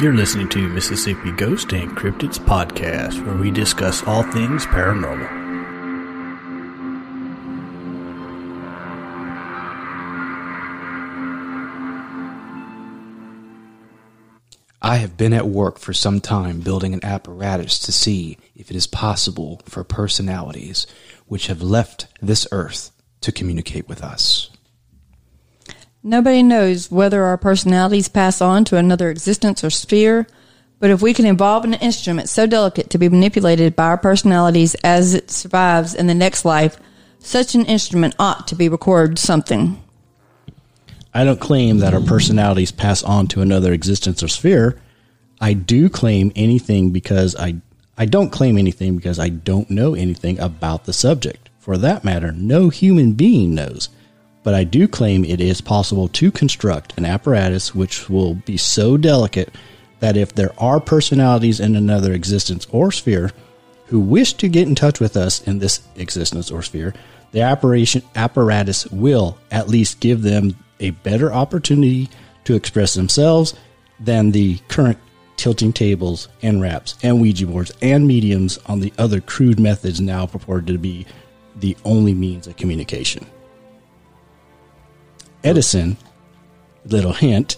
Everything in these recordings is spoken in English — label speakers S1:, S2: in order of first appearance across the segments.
S1: You're listening to Mississippi Ghost and Cryptids Podcast, where we discuss all things paranormal.
S2: I have been at work for some time building an apparatus to see if it is possible for personalities which have left this earth to communicate with us.
S3: Nobody knows whether our personalities pass on to another existence or sphere, but if we can evolve an instrument so delicate to be manipulated by our personalities as it survives in the next life, such an instrument ought to be recorded something.
S4: I don't claim that our personalities pass on to another existence or sphere. I do claim anything because I I don't claim anything because I don't know anything about the subject. For that matter, no human being knows. But I do claim it is possible to construct an apparatus which will be so delicate that if there are personalities in another existence or sphere who wish to get in touch with us in this existence or sphere, the operation apparatus will at least give them a better opportunity to express themselves than the current tilting tables and wraps and Ouija boards and mediums on the other crude methods now purported to be the only means of communication. Edison, little hint,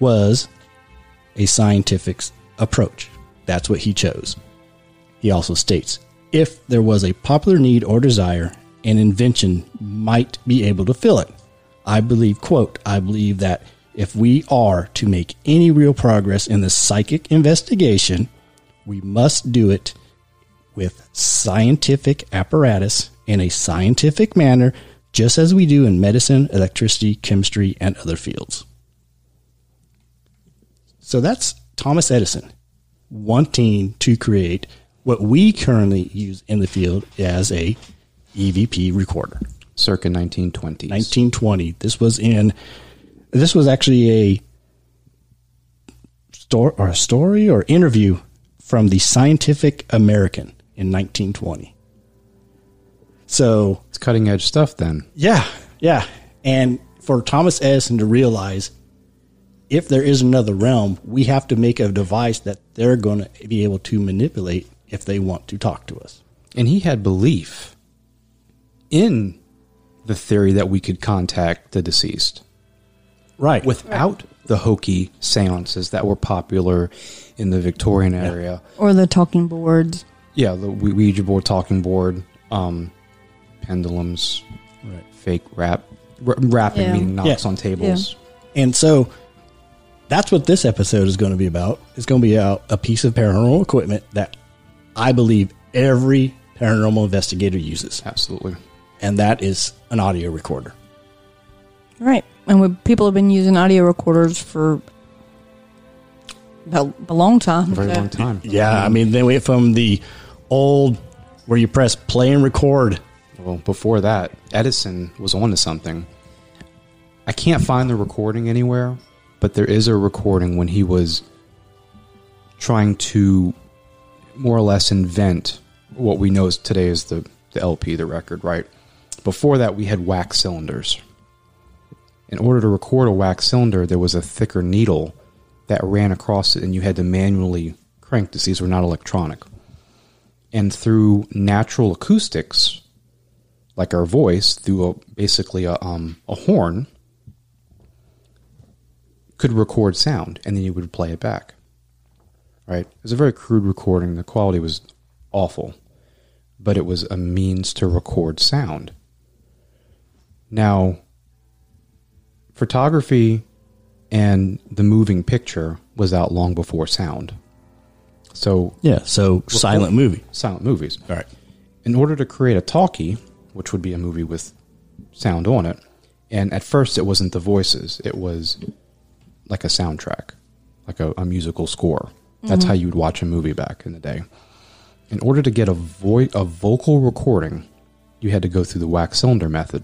S4: was a scientific approach. That's what he chose. He also states if there was a popular need or desire, an invention might be able to fill it. I believe, quote, I believe that if we are to make any real progress in the psychic investigation, we must do it with scientific apparatus in a scientific manner, just as we do in medicine, electricity, chemistry, and other fields. So that's Thomas Edison wanting to create what we currently use in the field as a EVP recorder.
S2: Circa 1920s.
S4: 1920. This was in this was actually a story or a story or interview from the Scientific American in 1920. So,
S2: it's cutting edge stuff then.
S4: yeah, yeah. And for Thomas Edison to realize if there is another realm, we have to make a device that they're going to be able to manipulate if they want to talk to us.
S2: And he had belief in the theory that we could contact the deceased
S4: Right. With
S2: without the hokey seances that were popular in the Victorian area.
S3: Or the talking boards.
S2: Yeah, the Ou- Ouija board, talking board, um, pendulums,
S4: Right.
S2: fake rap, r- rapping
S3: Yeah.
S2: meaning knocks
S4: Yeah.
S2: on tables.
S4: And so that's what this episode is going to be about. It's going to be about a piece of paranormal equipment that I believe every paranormal investigator uses,
S2: Absolutely.
S4: and that is an audio recorder.
S3: Right. And we, people have been using audio recorders for a, a long time.
S2: A very
S3: so-
S2: long time.
S4: Yeah, I mean, they went from the old where you press play and record.
S2: Well, before that, Edison was onto something. I can't find the recording anywhere, but there is a recording when he was trying to more or less invent what we know as today as the, the LP, the record, right? Before that, we had wax cylinders. In order to record a wax cylinder, there was a thicker needle that ran across it, and you had to manually crank this. These were not electronic. And through natural acoustics, like our voice through a, basically a, um, a horn could record sound and then you would play it back right it was a very crude recording the quality was awful but it was a means to record sound now photography and the moving picture was out long before sound so
S4: Yeah, so silent movie.
S2: silent movies
S4: All right.
S2: in order to create a talkie, which would be a movie with sound on it, and at first it wasn't the voices, it was like a soundtrack, like a, a musical score. That's how you'd watch a movie back in the day. In order to get a vo- a vocal recording, you had to go through the wax cylinder method.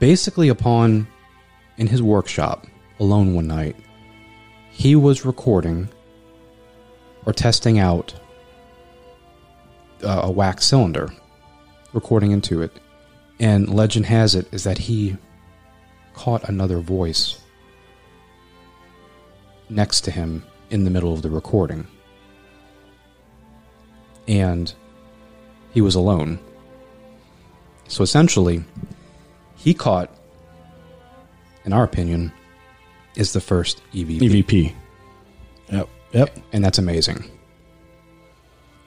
S2: Basically, upon in his workshop alone one night, he was recording or testing out uh, a wax cylinder, recording into it. And legend has it is that he caught another voice next to him in the middle of the recording. And he was alone. So essentially, he caught, in our opinion, is the first E EVP.
S4: EVP. Yep. Yep.
S2: And that's amazing.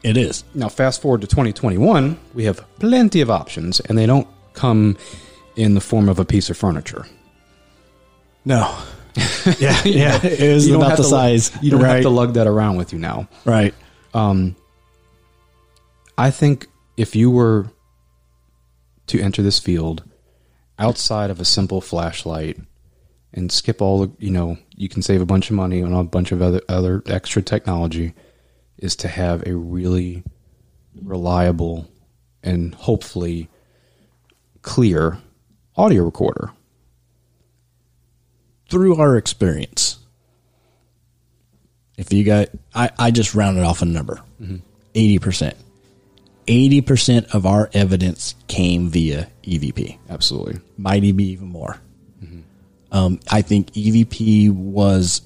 S4: It is.
S2: Now, fast forward to 2021, we have plenty of options, and they don't come in the form of a piece of furniture.
S4: No. yeah. Yeah. It is
S2: don't
S4: about
S2: have
S4: the
S2: to lu-
S4: size.
S2: You don't
S4: right.
S2: have to lug that around with you now.
S4: right.
S2: I think if you were to enter this field outside of a simple flashlight and skip all the, you know, you can save a bunch of money on a bunch of other, other extra technology, is to have a really reliable and hopefully clear audio recorder.
S4: Through our experience, if you got, I, I just rounded off a number 80%. 80% of our evidence came via E EVP.
S2: Absolutely.
S4: might even be even more. Um, I think EVP was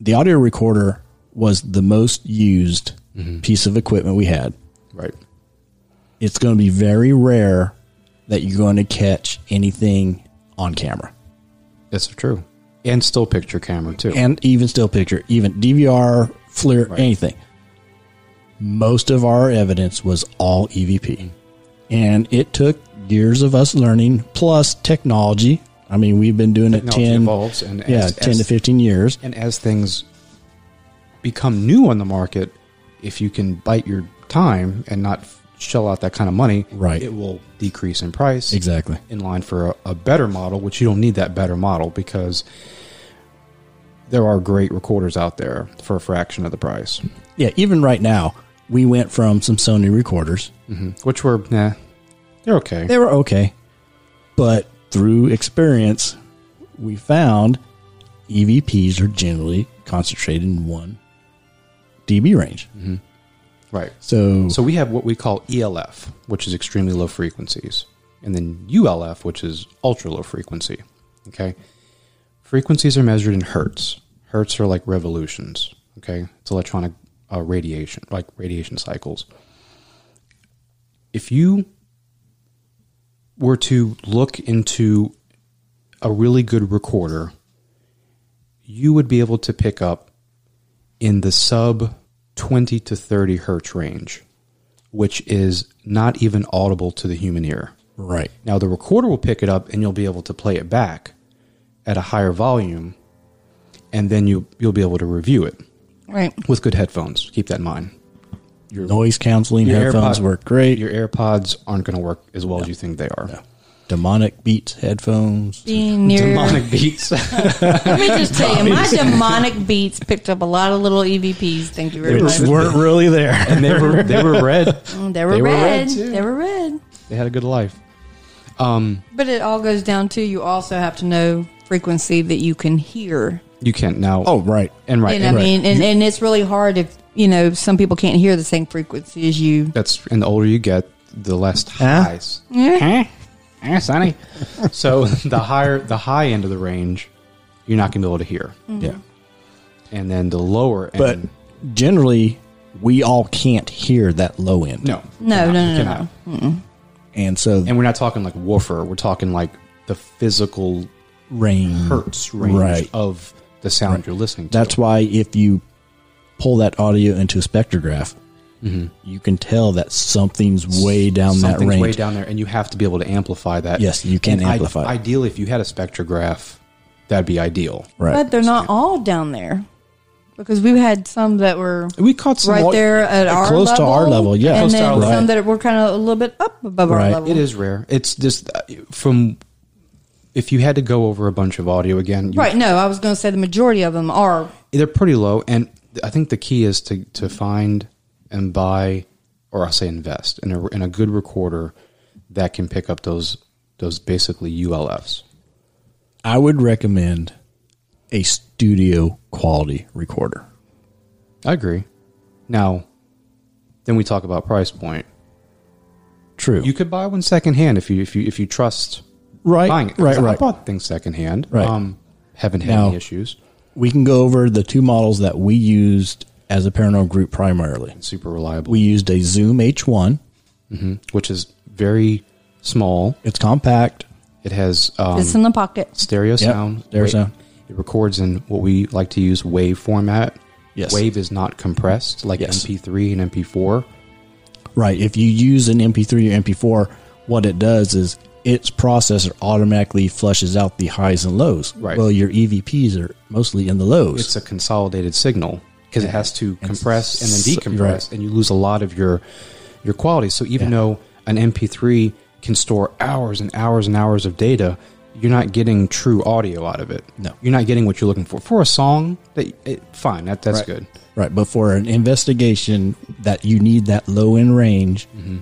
S4: the audio recorder was the most used piece of equipment we had.
S2: Right.
S4: It's going to be very rare that you're going to catch anything on camera
S2: That's true. And still picture camera too.
S4: and even still picture, even DVR, FLIR, anything. Most of our evidence was all EVP. And it took years of us learning plus technology. I mean, we've been doing
S2: Technology
S4: it 10
S2: evolves and
S4: yeah,
S2: as-
S4: 10 to
S2: as-
S4: 15 years.
S2: And as things become new on the market, if you can bite your time and not f- shell out that kind of money,
S4: Right.
S2: it will decrease in price.
S4: Exactly.
S2: In line for a, a better model, which you don't need that better model because there are great recorders out there for a fraction of the price,
S4: Yeah, even right now, we went from some Sony recorders.
S2: Mm-hmm. which were, nah, they're okay.
S4: They were okay. But through experience, we found EVPs are generally concentrated in one dB range.
S2: right.
S4: So,
S2: Mm-hmm. So we have what we call ELF, which is extremely low frequencies, and then ULF, which is ultra low frequency. Okay. Frequencies are measured in hertz. Hertz are like revolutions. Okay. It's electronic uh, radiation, like radiation cycles. If you were to look into a really good recorder, you would be able to pick up in the sub 20 to 30 hertz range, which is not even audible to the human ear.
S4: right.
S2: Now, the recorder will pick it up and you'll be able to play it back at a higher volume, and then you, you'll be able to review it
S3: Right.
S2: with good headphones. Keep that in mind.
S4: noise canceling headphones
S2: AirPod-
S4: work great.
S2: Your AirPods aren't going to work as well as you think they are.
S4: demonic beats headphones.
S3: Being near.
S2: Demonic beats.
S3: Let me just tell you, my demonic beats picked up a lot of little EVPs. Thank you very much.
S4: Which weren't really there.
S2: and they were, they were red.
S3: Mm, They were
S2: they were red,
S3: red.
S2: too.
S3: they were red.
S2: They had a good life.
S3: But it all goes down to you also have to know frequency that you can hear.
S2: You can't now.
S4: Oh, right.
S2: and right.
S3: and
S2: and
S3: I
S2: right.
S3: mean, and, and it's really hard if you know some people can't hear the same frequency as you.
S2: That's and the older you get, the less highs. Huh? Huh, Sonny? so the higher the high end of the range, you're not gonna be able to hear,
S3: Mm-hmm.
S4: Yeah.
S2: and then the lower end.
S4: But generally, we all can't hear that low end.
S2: no,
S3: No,
S2: cannot,
S3: no, no, no,
S2: cannot.
S3: no.
S4: And so
S2: And we're not talking like woofer. We're talking like the physical
S4: rain
S2: hertz range
S4: Right.
S2: of the sound you're listening to.
S4: That's why if you pull that audio into a spectrograph, you can tell that something's way down that
S2: Mm-hmm. Something's
S4: range.
S2: way down there, and you have to be able to amplify that.
S4: Yes, you can
S2: And I-
S4: amplify it.
S2: ideally, if you had a spectrograph, that'd be ideal.
S3: But
S4: Right.
S3: they're not all down there because we've had some that were
S2: We caught some
S3: right
S2: au-
S3: there uh, at our
S4: uh, close to our level, yeah.
S3: and
S4: Close to
S3: then
S4: our level.
S3: some that were kind of a little bit up above our
S4: Right.
S3: level.
S2: It is rare. It's just uh, from if you had to go over a bunch of audio again, you,
S3: right. No, I was going to say the majority of them are
S2: They're pretty low, and I think the key is to to find and buy, or I will say invest in a in a good recorder that can pick up those those basically ULFs.
S4: I would recommend a studio quality recorder.
S2: I agree. Now, then we talk about price point.
S4: True.
S2: You could buy one secondhand if you if you if you trust
S4: right.
S2: buying it.
S4: Right.
S2: I
S4: Right.
S2: bought things secondhand. Um,
S4: Right.
S2: haven't had
S4: Now-
S2: any issues.
S4: We can go over the two models that we used as a paranormal group primarily.
S2: Super reliable,
S4: We used a Zoom H1.
S2: Mm-hmm. which is very small.
S4: It's compact.
S2: It has um,
S3: it's in the pocket.
S2: stereo sound.
S4: stereo
S2: Wa-
S4: sound.
S2: It records in what we like to use wave format.
S4: Yes.
S2: Wave is not compressed like
S4: Yes.
S2: MP3 and MP4.
S4: Right. If you use an MP3 or MP4, what it does is its processor automatically flushes out the highs and lows.
S2: Right.
S4: Well, your EVPs are mostly in the lows.
S2: It's a consolidated signal because it has to compress and
S4: s-
S2: then decompress,
S4: right.
S2: and you lose a lot of your your quality. So even
S4: Yeah.
S2: though an MP3 can store hours and hours and hours of data, you're not getting true audio out of it.
S4: No.
S2: you're not getting what you're looking for for a song. That it, fine, that, that's
S4: Right.
S2: good.
S4: right. But for an investigation that you need that low end range,
S2: Mm-hmm.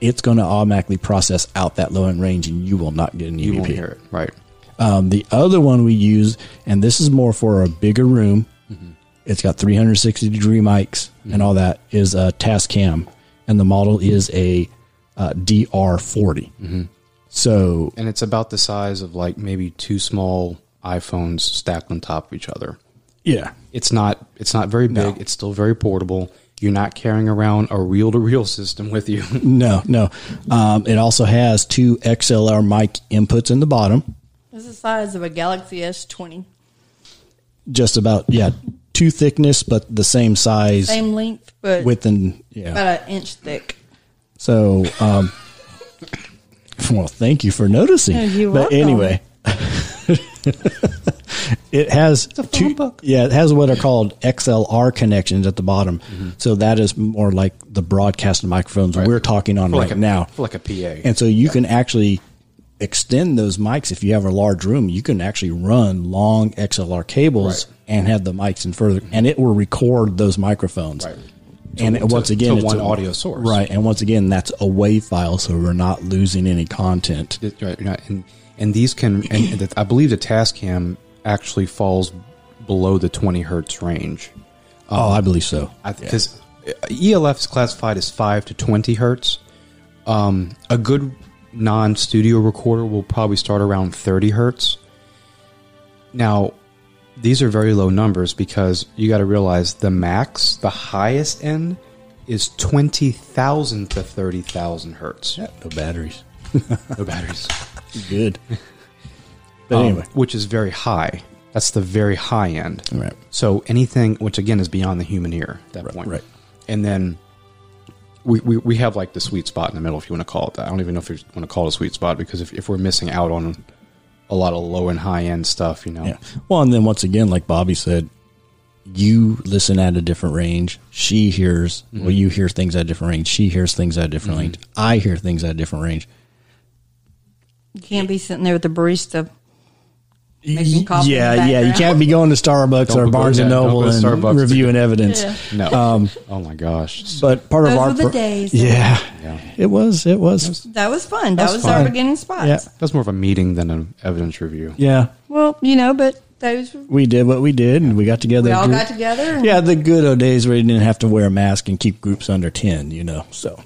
S4: it's going to automatically process out that low end range and you will not get an E EVP.
S2: You won't hear it, right?
S4: Um, the other one we use, and this is more for a bigger room. It's got 360 degree mics and all that. Is a Tascam, and the model is a uh, DR40. So
S2: And it's about the size of like maybe two small iPhones stacked on top of each other.
S4: yeah,
S2: It's not it's not very big.
S4: No.
S2: It's still very portable. You're not carrying around a reel to reel system with you.
S4: no, no. Um, it also has two XLR mic inputs in the bottom.
S3: It's the size of a Galaxy S20.
S4: Just about yeah, two thickness, but the same size,
S3: Same length, but
S4: width and yeah.
S3: about an inch thick.
S4: So, um, well, thank you for noticing.
S3: Yeah, you're
S4: but
S3: welcome.
S4: anyway, it has two, yeah, it has what are called XLR connections at the bottom. So that is more like the broadcast microphones we're talking on right
S2: like a,
S4: now.
S2: for like a PA.
S4: And so you can actually extend those mics if you have a large room. You can actually run long XLR cables
S2: Right.
S4: and have the mics in further, and it will record those microphones.
S2: Right.
S4: And it- once again,
S2: to
S4: it's
S2: one
S4: a-
S2: audio source.
S4: Right. And once again, that's a WAV file, so we're not losing any content.
S2: It- right, you're not- and, and these can and the, I believe the Tascam actually falls below the 20 hertz range.
S4: oh, I believe so.
S2: because ELF is E classified as five to twenty hertz. Um, a good non-studio recorder will probably start around thirty hertz. Now, these are very low numbers because you got to realize the max, the highest end, is twenty thousand to thirty thousand hertz.
S4: No batteries.
S2: No batteries,
S4: Good. But
S2: Um,
S4: anyway.
S2: which is very high. That's the very high end.
S4: Right.
S2: So anything, which again is beyond the human ear at that
S4: Right,
S2: point.
S4: right.
S2: And then we, we, we have like the sweet spot in the middle, if you want to call it that. I don't even know if you want to call it a sweet spot because if, if we're missing out on a lot of low and high end stuff, you know,
S4: Yeah. Well, and then once again, like Bobby said, you listen at a different range. She hears, well, you hear things at a different range. She hears things at a different range. I hear things at a different range.
S3: You can't be sitting there with the barista. Making coffee in the
S4: yeah, yeah. You
S3: background.
S4: can't be going to Starbucks
S2: Don't go
S4: or
S2: to
S4: Barnes and
S2: that. Don't
S4: Noble
S2: go to
S4: and
S2: Starbucks.
S4: reviewing evidence.
S3: Yeah.
S2: no.
S4: Um,
S2: oh my gosh.
S4: But part
S3: Those
S4: of our
S3: were the
S4: pro-
S3: days.
S4: Yeah,
S2: Yeah.
S4: it was. It was.
S3: That was fun. That
S4: That's
S3: was
S4: fun.
S3: our beginning spots.
S4: Yeah.
S2: That's more of a meeting than an evidence review.
S4: Yeah,
S3: Well, you know, but those we
S4: we did what we did, and we got together.
S3: all
S4: group-
S3: got together. And
S4: Yeah, the good old days where you didn't have to wear a mask and keep groups under ten. You know, so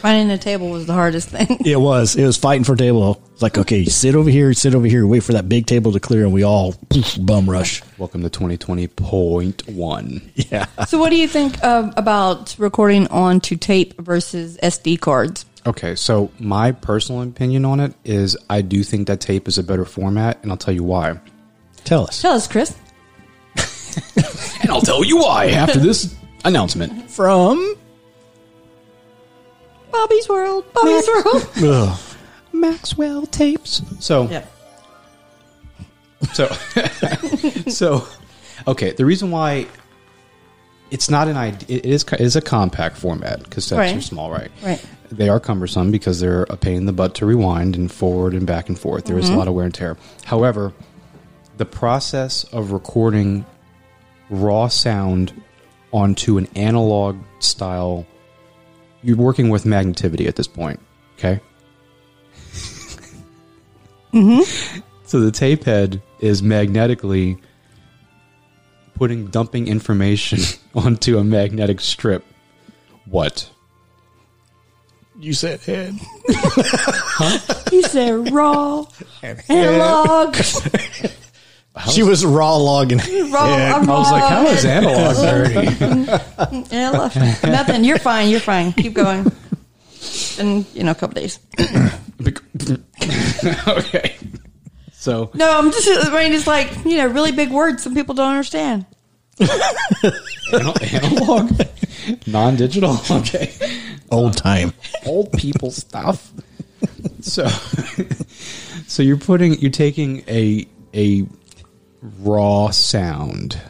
S3: Finding a table was the hardest thing.
S4: it was. It was fighting for table. It's like, okay, sit over here, sit over here, wait for that big table to clear, and we all poof, bum rush.
S2: Welcome to 2020.1.
S4: Yeah.
S3: so, what do you think of, about recording on to tape versus SD cards?
S2: Okay, so my personal opinion on it is I do think that tape is a better format, and I'll tell you why.
S4: Tell us.
S3: Tell us, Chris.
S2: And I'll tell you why after this announcement.
S4: From
S3: Bobby's World. Bobby's World.
S4: Ugh.
S2: Maxwell tapes. So, so, so, okay. The reason why it's not an idea, it is it is a compact format because that's
S3: Right.
S2: too small, right?
S3: Right.
S2: They are cumbersome because they're a pain in the butt to rewind and forward and back and forth. There is a lot of wear and tear. However, the process of recording raw sound onto an analog style, you're working with magnetivity at this point. Okay. So the tape head is magnetically putting dumping information onto a magnetic strip. What?
S4: you said uh, head.
S3: He said raw analog.
S4: She was raw logging.
S3: Wrong, I'm
S2: I was like, how is analog dirty?
S3: Yeah, I left it. Nothing. You're fine. You're fine. Keep going. And you know, a couple days.
S2: okay. So
S3: No, I'm just. I mean, it's like you know, really big words. Some people don't understand.
S2: analog, non-digital. Okay.
S1: Old time.
S2: old people stuff. so, so you're putting you're taking a a raw sound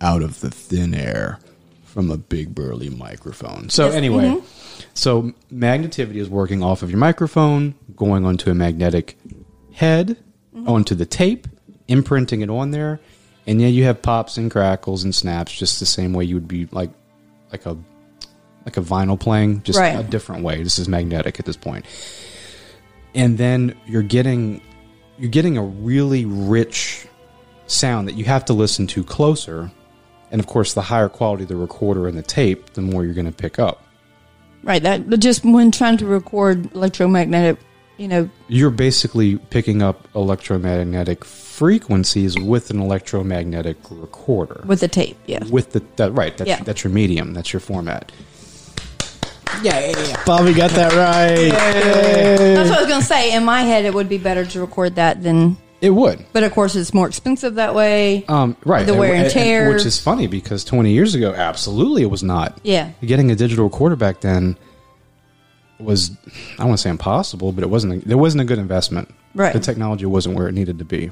S2: out of the thin air from a big burly microphone. So anyway, so magnetivity is working off of your microphone, going onto a magnetic head, onto the tape, imprinting it on there, and yeah, you have pops and crackles and snaps just the same way you would be like like a like a vinyl playing, just
S3: Right.
S2: a different way. This is magnetic at this point. And then you're getting you're getting a really rich sound that you have to listen to closer. And of course, the higher quality the recorder and the tape, the more you're going to pick up.
S3: Right. That but just when trying to record electromagnetic, you know,
S2: You're basically picking up electromagnetic frequencies with an electromagnetic recorder.
S3: with the tape. Yeah.
S2: With the that, right, that's,
S3: Yeah.
S2: that's your medium, that's your format.
S4: Bobby got that right.
S3: That's what I was gonna say. In my head, it would be better to record that than.
S2: It would.
S3: But of course, it's more expensive that way.
S4: Uh.
S2: Um, right.
S3: The wear and tear.
S2: Which is funny because 20 years ago, absolutely it was not.
S3: Yeah.
S2: Getting a digital recorder back then was, I don't want to say impossible, but it wasn't, a, there wasn't a good investment.
S3: Right.
S2: The technology wasn't where it needed to be.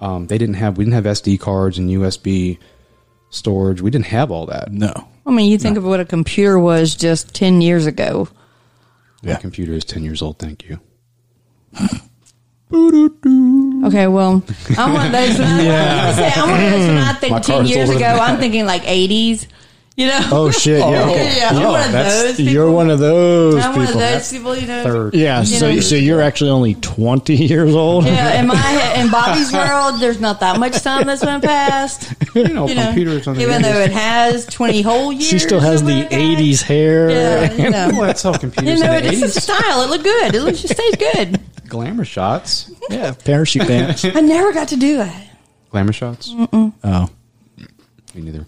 S2: Um, they didn't have, we didn't have SD cards and USB storage. We didn't have all that.
S4: No.
S3: I mean, you think of what a computer was just ten years ago.
S2: My computer is 10 years old. Thank you.
S3: Okay, well, I'm one of those. yeah. I'm, gonna say, I'm one of those when I think
S2: My
S3: ten
S2: car's
S3: years
S2: older
S3: ago,
S2: than
S3: I'm thinking like '80s. You know?
S4: Oh shit! Yeah,
S3: yeah,
S4: okay. Oh,
S3: I'm one of
S2: that's-
S3: those. People.
S4: You're one of those
S3: I'm
S4: people.
S3: one of those people. You know?
S2: Third.
S4: yeah.
S3: You
S4: so
S3: know.
S4: so you're actually only 20 years old.
S3: Yeah, in my head, in Bobby's world, there's not that much time that's went past.
S2: You know,
S3: You know,
S2: computers on the
S3: even though it has 20 whole years.
S4: She still has
S3: something
S4: the
S3: like that.
S4: '80s hair.
S3: Yeah, you
S2: Well,
S3: know,
S2: that's how computers
S3: you
S2: in
S3: know
S2: the
S3: it's just a
S2: 80s.
S3: style. It looked good. It looks, it stays good.
S2: Glamour shots.
S4: Yeah, parachute pants.
S3: I never got to do it.
S2: Glamour shots?
S3: Mm.
S4: oh,
S2: Me neither.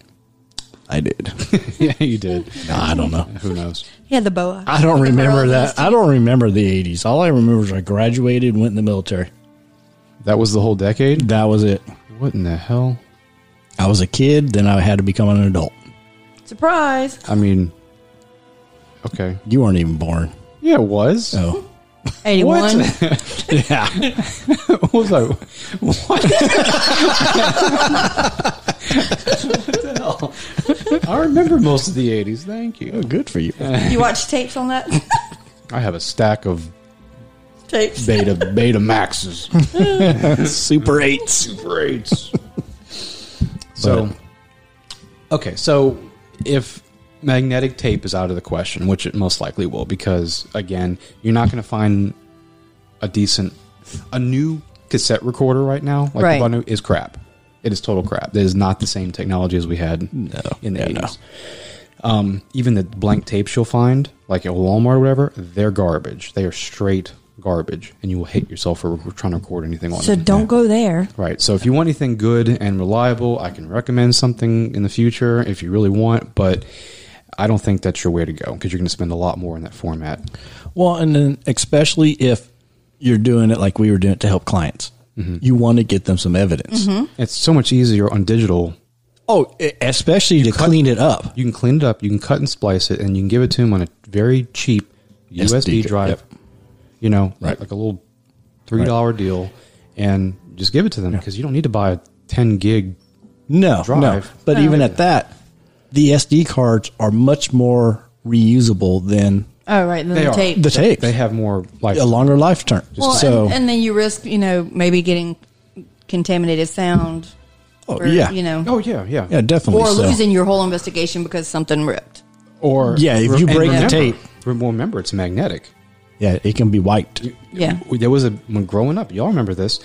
S4: I did.
S2: yeah, you did.
S4: No, I don't know.
S2: Who knows?
S3: Yeah, the boa.
S4: I don't
S3: With the
S4: remember
S3: pearls
S4: that. I don't remember the '80s. All I remember is I graduated, went in the military.
S2: That was the whole decade?
S4: That was it.
S2: What in the hell?
S4: I was a kid, then I had to become an adult.
S3: Surprise.
S2: I mean, okay.
S4: You weren't even born.
S2: Yeah, it was.
S4: Oh,
S3: 81.
S4: yeah.
S2: What was I? What? what the hell? I remember most of the 80s. Thank you.
S4: Good for you.
S3: You watch tapes on that?
S2: I have a stack of
S3: tapes.
S2: beta beta maxes.
S4: Super eights.
S2: Great. so, okay. So, if magnetic tape is out of the question, which it most likely will, because again, you're not going to find a decent, a new cassette recorder right now. Like
S3: Right.
S2: the one is crap. It is total crap. It is not the same technology as we had in the
S4: Yeah, no.
S2: eighties. Um, even the blank tapes you'll find, like at Walmart or whatever, they're garbage. They are straight garbage, and you will hate yourself for rec- trying to record anything on
S3: So
S2: them.
S3: don't go there.
S2: Right. So if you want anything good and reliable, I can recommend something in the future if you really want, but I don't think that's your way to go because you're going to spend a lot more in that format.
S4: Well, and then especially if you're doing it like we were doing it to help clients,
S3: Mm-hmm.
S4: you want to get them some evidence.
S2: It's so much easier on digital.
S4: Oh, e- especially to clean it up.
S2: You can clean it up, you can cut and splice it, and you can give it to them on a very cheap USB
S4: SD,
S2: drive,
S4: yep.
S2: you know,
S4: Right.
S2: like a little $3 deal, and just give it to them because you don't need to buy a 10 gig.
S4: No, no.
S2: Drive.
S4: But even
S3: Oh,
S4: at that, the SD cards are much more reusable than
S3: Oh, right. Then
S2: They
S3: the
S2: are.
S3: tape.
S4: the tapes.
S2: They have more like
S4: a longer lifetime.
S3: well,
S4: so,
S3: and, and then you risk, you know, maybe getting contaminated sound.
S4: Oh,
S3: or,
S4: yeah.
S3: You know,
S2: Oh, yeah, yeah.
S4: yeah, definitely.
S3: or
S4: so.
S3: losing your whole investigation because something ripped.
S2: Or
S4: Yeah, if
S2: and
S4: you break the
S2: remember-
S4: tape-
S2: remember it's magnetic.
S4: Yeah, it can be wiped.
S3: Yeah.
S2: there was a when growing up y'all remember this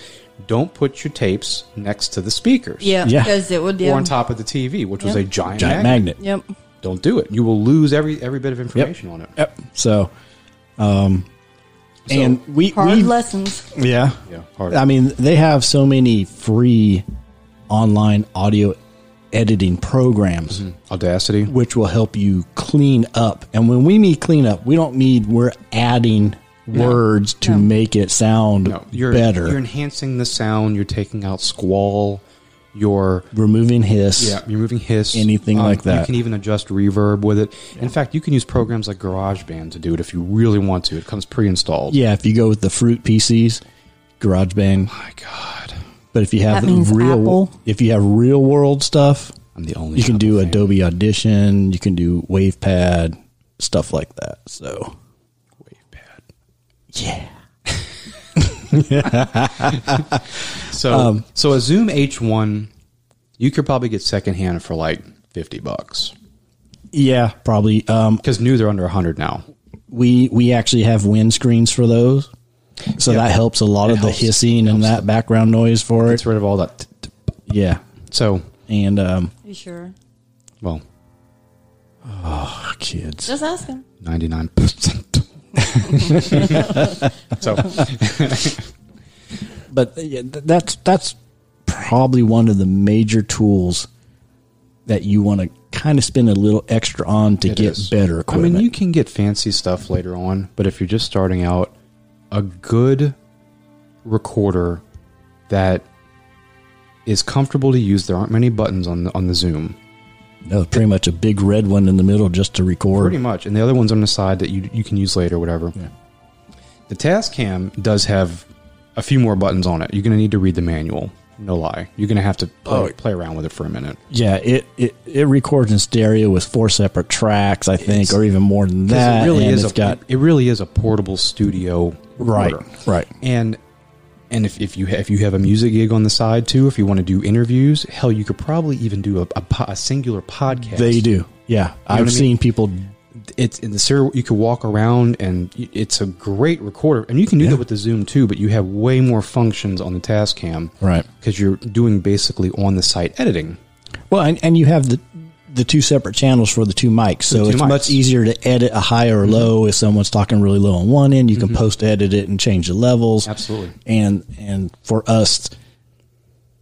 S2: don't put your tapes next to the speakers
S3: Yeah.
S4: Yeah.
S3: Because it would. Yeah.
S2: or on top of the tv which was
S3: Yeah.
S2: a giant,
S4: Giant
S2: magnet.
S4: magnet.
S3: Yep.
S2: don't do it you will lose every every bit of information on it
S4: Yep. So, um, and we
S3: Hard
S4: we
S3: lessons.
S2: Yeah. Yeah. Hard.
S4: I mean, they have so many free online audio editing programs,
S2: Mm-hmm. Audacity.
S4: which will help you clean up. And when we mean clean up, we don't mean we're adding words to
S3: No.
S4: make it sound
S2: No, you're
S4: better.
S2: You're enhancing the sound. You're taking out squall. You're
S4: Removing hiss.
S2: yeah. You're moving hiss. Um,
S4: Anything like
S2: You
S4: that.
S2: can even adjust reverb with it. In fact, you can use programs like GarageBand to do it if you really want to. It comes pre-installed.
S4: Yeah, if you go with the fruit PCs, GarageBand.
S2: My God,
S4: But if you have
S3: That means
S4: real,
S3: Apple.
S4: if you have real world stuff,
S2: I'm the only.
S4: you can
S2: Apple
S4: do
S2: fan.
S4: Adobe Audition. You can do WavePad stuff like that. So
S2: WavePad.
S4: yeah,
S2: So
S4: Um,
S2: so a Zoom H1, you could probably get secondhand for like fifty bucks
S4: yeah, probably. Um,
S2: because new they're under hundred now.
S4: we we actually have wind screens for those, so that helps a lot of
S2: helps.
S4: the hissing and that background noise for it.
S2: Gets rid of all that. t- t-
S4: Yeah,
S2: So
S4: and um,
S3: You sure?
S2: well, Oh,
S4: kids.
S3: Just ask him.
S2: ninety nine percent. So
S4: but uh, yeah, th- that's that's probably one of the major tools that you want to kind of spend a little extra on to
S2: It
S4: get
S2: is.
S4: better equipment.
S2: I mean, you can get fancy stuff later on, but if you're just starting out, a good recorder that is comfortable to use. There aren't many buttons on the, on the Zoom,
S4: no, pretty much a big red one in the middle just to record.
S2: pretty much, and the other ones on the side that you you can use later, whatever.
S4: Yeah.
S2: The Tascam does have a few more buttons on it. You're going to need to read the manual. No lie, you're going to have to play,
S4: Oh.
S2: play around with it for a minute.
S4: Yeah, it, it it records in stereo with four separate tracks, I think,
S2: It's-
S4: or even more than
S2: 'Cause
S4: that.
S2: it really
S4: and
S2: is
S4: it's
S2: a
S4: got
S2: it really is a portable studio
S4: right,
S2: recorder.
S4: right.
S2: and and if, if you ha- if you have a music gig on the side too, if you want to do interviews, hell, you could probably even do a, a, po- a singular podcast.
S4: They do. Yeah,
S2: what I mean?
S4: I've seen people.
S2: It's in the serial. You could walk around, and y- it's a great recorder. And you can do that with the Zoom too, but you have way more functions on the Tascam,
S4: Right.
S2: Because you're doing basically on the site editing.
S4: Well, and, and you have the the two separate channels for the two mics, so
S2: two
S4: it's
S2: mics. Mm-hmm.
S4: much easier to edit a high or low. If someone's talking really low on one end, you can post edit it and change the levels.
S2: Absolutely.
S4: And and for us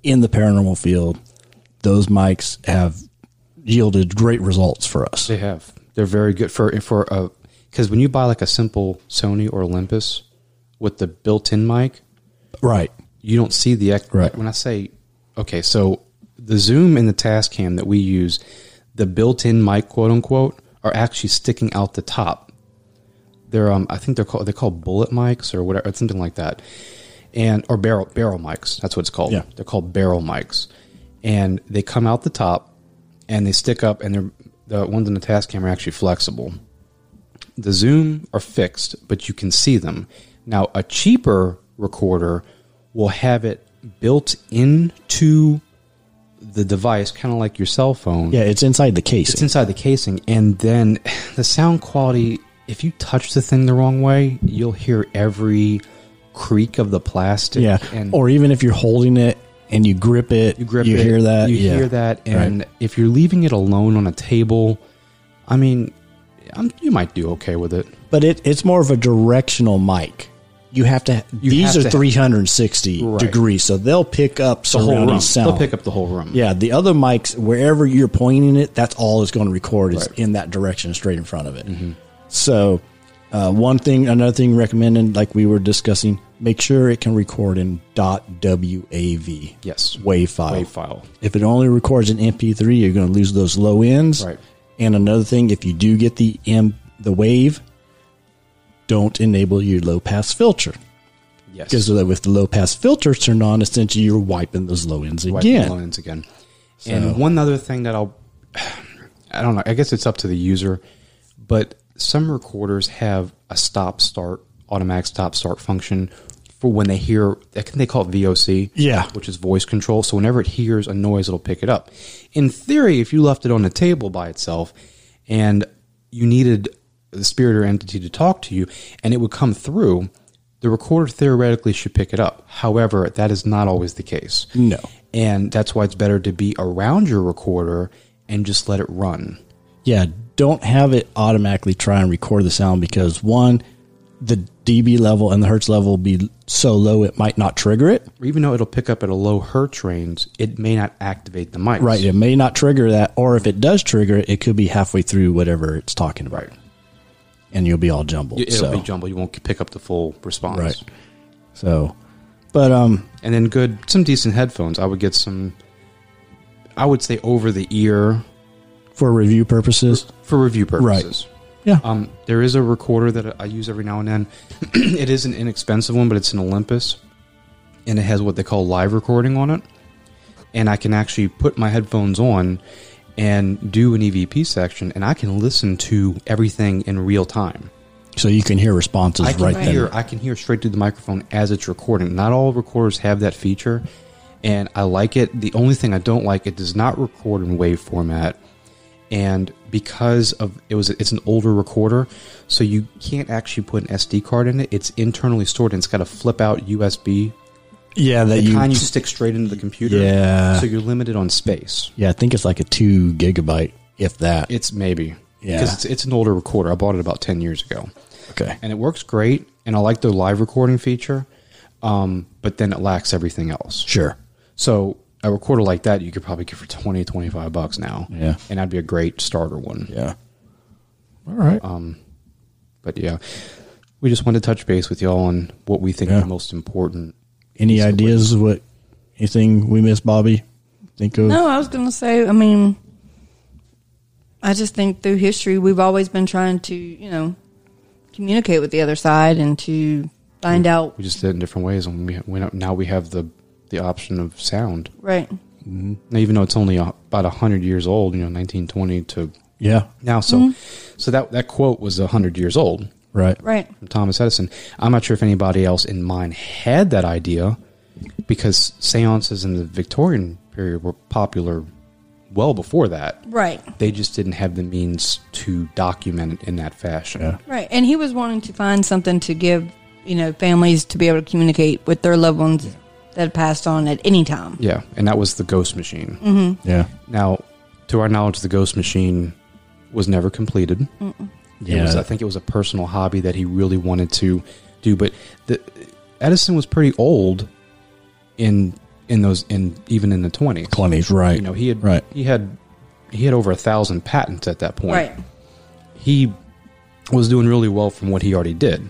S4: in the paranormal field, those mics have yielded great results for us.
S2: They have. They're very good for for a because when you buy like a simple Sony or Olympus with the built-in mic,
S4: Right.
S2: you don't see the ex-
S4: Right.
S2: when I say okay, so the Zoom and the Tascam that we use, the built-in mic, quote unquote, are actually sticking out the top. They're um, I think they're called they're called bullet mics or whatever, something like that, and or barrel barrel mics. That's what it's called.
S4: Yeah.
S2: They're called barrel mics, and they come out the top, and they stick up, and they're the ones in the Tascam are actually flexible the zoom are fixed, but you can see them. Now, a cheaper recorder will have it built into the device, kind of like your cell phone.
S4: Yeah, it's inside the case.
S2: It's inside the casing, and then the sound quality. If you touch the thing the wrong way, you'll hear every creak of the plastic.
S4: yeah.
S2: and
S4: or even if you're holding it and you grip it,
S2: you grip
S4: you
S2: it,
S4: hear that.
S2: you
S4: yeah.
S2: hear that,
S4: Right.
S2: and if you're leaving it alone on a table, I mean, I'm, you might do okay with it.
S4: but it, it's more of a directional mic. You have to.
S2: You
S4: these
S2: have
S4: are
S2: to-
S4: 360
S2: Right.
S4: degrees, so they'll pick up
S2: The whole
S4: surrounding
S2: room,
S4: sound.
S2: they'll pick up the whole room.
S4: yeah, the other mics, wherever you're pointing it, that's all it's going to record is
S2: Right. Mm-hmm.
S4: in that direction, straight in front of it. So, uh, one thing, another thing recommended, like we were discussing, make sure it can record in .wav.
S2: Yes.
S4: wave file.
S2: Wave file.
S4: If it only records an MP3, you're going to lose those low ends.
S2: Right.
S4: And another thing, if you do get the M the wave, don't enable your low pass filter
S2: Yes.
S4: because with the low pass filter turned on, essentially you're wiping those low ends
S2: Wiping
S4: again.
S2: loans again. And one other thing that I'll, I don't know. I guess it's up to the user, but some recorders have a stop start automatic stop start function for when they hear. I think they call it VOC.
S4: Yeah.
S2: which is voice control. So whenever it hears a noise, it'll pick it up. In theory, if you left it on the table by itself, and you needed the spirit or entity to talk to you, and it would come through. The recorder theoretically should pick it up. However, that is not always the case.
S4: No.
S2: And that's why it's better to be around your recorder and just let it run.
S4: Yeah, don't have it automatically try and record the sound because one, the dB level and the hertz level be so low it might not trigger it.
S2: Or even though it'll pick up at a low hertz range, it may not activate the mics.
S4: Right. It may not trigger that, or if it does trigger it, it could be halfway through whatever it's talking about. And you'll be all jumbled.
S2: It'll
S4: so,
S2: be jumbled. You won't pick up the full response.
S4: Right. so, but um,
S2: and then good some decent headphones. I would get some. I would say over the ear
S4: for review purposes,
S2: for review purposes.
S4: yeah,
S2: Um, there is a recorder that I use every now and then. it is an inexpensive one, but it's an Olympus, and it has what they call live recording on it. And I can actually put my headphones on and do an EVP section, and I can listen to everything in real time.
S4: so you can hear responses
S2: I can
S4: right
S2: hear
S4: there.
S2: I can hear straight through the microphone as it's recording. Not all recorders have that feature, and I like it. The only thing I don't like it does not record in wave format, and because of it was it's an older recorder, so you can't actually put an SD card in it. It's internally stored and it's got a flip out USB.
S4: Yeah, that
S2: The
S4: you.
S2: kind you stick straight into the computer.
S4: Yeah.
S2: So you're limited on space.
S4: yeah, I think it's like a two gigabyte, if that.
S2: It's maybe.
S4: Yeah.
S2: Because it's, it's an older recorder. I bought it about 10 years ago.
S4: okay.
S2: and it works great and i like the live recording feature um, but then it lacks everything else
S4: Sure.
S2: so a recorder like that you could probably get for 20 25 bucks now
S4: Yeah.
S2: and that'd be a great starter one
S4: Yeah. All right.
S2: Um, but yeah we just wanted to touch base with y'all on what we think
S4: Yeah.
S2: are the most important
S4: Any ideas of what anything we missed, Bobby? Think of
S3: No, I was going to say, I mean, I just think through history, we've always been trying to, you know, communicate with the other side and to find out,
S2: we just did it in different ways and we, we now we have the the option of sound
S3: right?
S2: now, even though it's only a, about 100 years old you know 1920 to
S4: yeah,
S2: now so so that that quote was 100 years old
S4: right,
S3: Right.
S2: from Thomas Edison. I'm not sure if anybody else in mind had that idea because seances in the Victorian period were popular well before that.
S3: Right.
S2: They just didn't have the means to document it in that fashion.
S4: Yeah.
S3: Right. And he was wanting to find something to give, you know, families to be able to communicate with their loved ones that had passed on at any time.
S2: Yeah, and that was the ghost machine.
S4: yeah,
S2: Now, to our knowledge, the ghost machine was never completed. It was, I think it was a personal hobby that he really wanted to do. But the, Edison was pretty old in in those in even in the twenties.
S4: twenties, right?
S2: You know, he had
S4: right,
S2: he had he had over a thousand patents at that point.
S3: Right.
S2: He was doing really well from what he already did.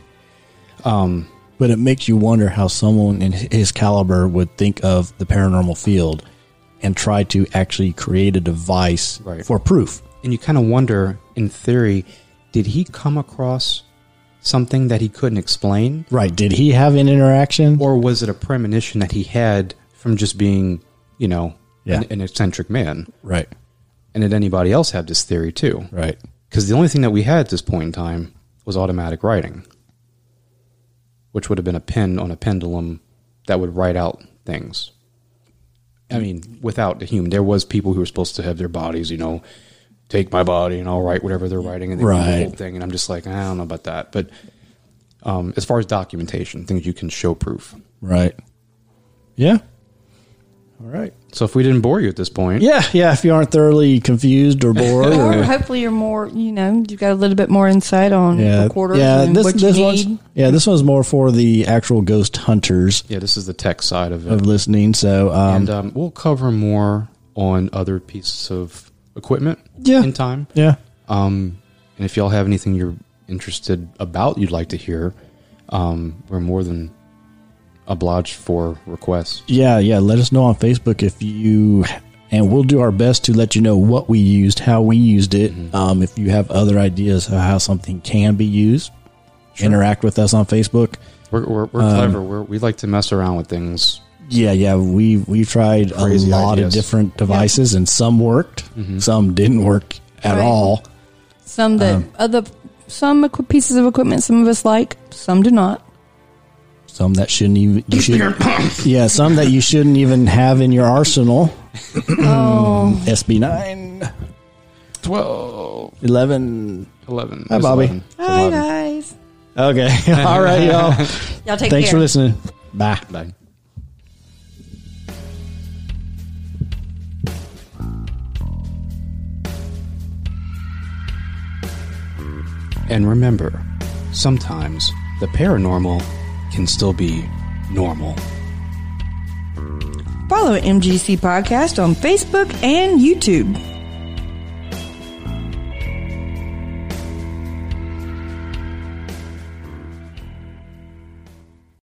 S4: but it makes you wonder how someone in his caliber would think of the paranormal field and try to actually create a device
S2: Right.
S4: for proof.
S2: And you kind of wonder, in theory, did he come across something that he couldn't explain,
S4: Right? Did he have an interaction?
S2: or was it a premonition that he had from just being, you know,
S4: Yeah.
S2: an, an eccentric man?
S4: right,
S2: And did anybody else have this theory too?
S4: right.
S2: Because the only thing that we had at this point in time was automatic writing, which would have been a pen on a pendulum that would write out things. I mean, without the human, there was people who were supposed to have their bodies, you know, take my body and I'll write whatever they're writing and they do the
S4: Right.
S2: whole thing. And I'm just like, I don't know about that. But um, as far as documentation, things you can show proof.
S4: Right. Yeah. All right.
S2: So if we didn't bore you at this point,
S4: Yeah, yeah. If you aren't thoroughly confused or bored,
S3: Or
S4: or,
S3: hopefully you're more, you know, you've got a little bit more insight on
S4: yeah,
S3: recorders
S4: yeah.
S3: and
S4: This
S3: what
S4: this
S3: you
S4: one's
S3: need.
S4: yeah. This one's more for the actual ghost hunters
S2: yeah, this is the tech side of it.
S4: of listening. So, um,
S2: and um, we'll cover more on other pieces of equipment
S4: Yeah.
S2: in time.
S4: yeah,
S2: Um, and if y'all have anything you're interested about, you'd like to hear, um, we're more than obliged for requests.
S4: yeah, yeah. Let us know on Facebook if you, and we'll do our best to let you know what we used, how we used it. Um, if you have other ideas of how something can be used, interact with us on Facebook.
S2: We're, we're, we're
S4: Um,
S2: clever. We're, we like to mess around with things.
S4: Yeah, yeah. We we've tried a
S2: Crazy
S4: lot
S2: ideas. Mm-hmm.
S4: of different devices, and some worked, some didn't work at
S3: Right.
S4: all.
S3: Some that
S4: um,
S3: other some equi- pieces of equipment some of us like, some do not.
S4: Some that shouldn't even you should, yeah, some that you shouldn't even have in your arsenal.
S3: Oh.
S4: SB 9,
S2: 12,
S4: 11.
S2: 11.
S4: Hi,
S2: It's
S4: Bobby.
S2: 11. It's
S3: Hi
S2: 11.
S3: guys.
S4: Okay, all right, y'all. Thanks
S3: Y'all take care.
S4: for listening. Bye.
S2: Bye. And remember, sometimes the paranormal can still be normal.
S3: Follow MGC Podcast on Facebook and YouTube.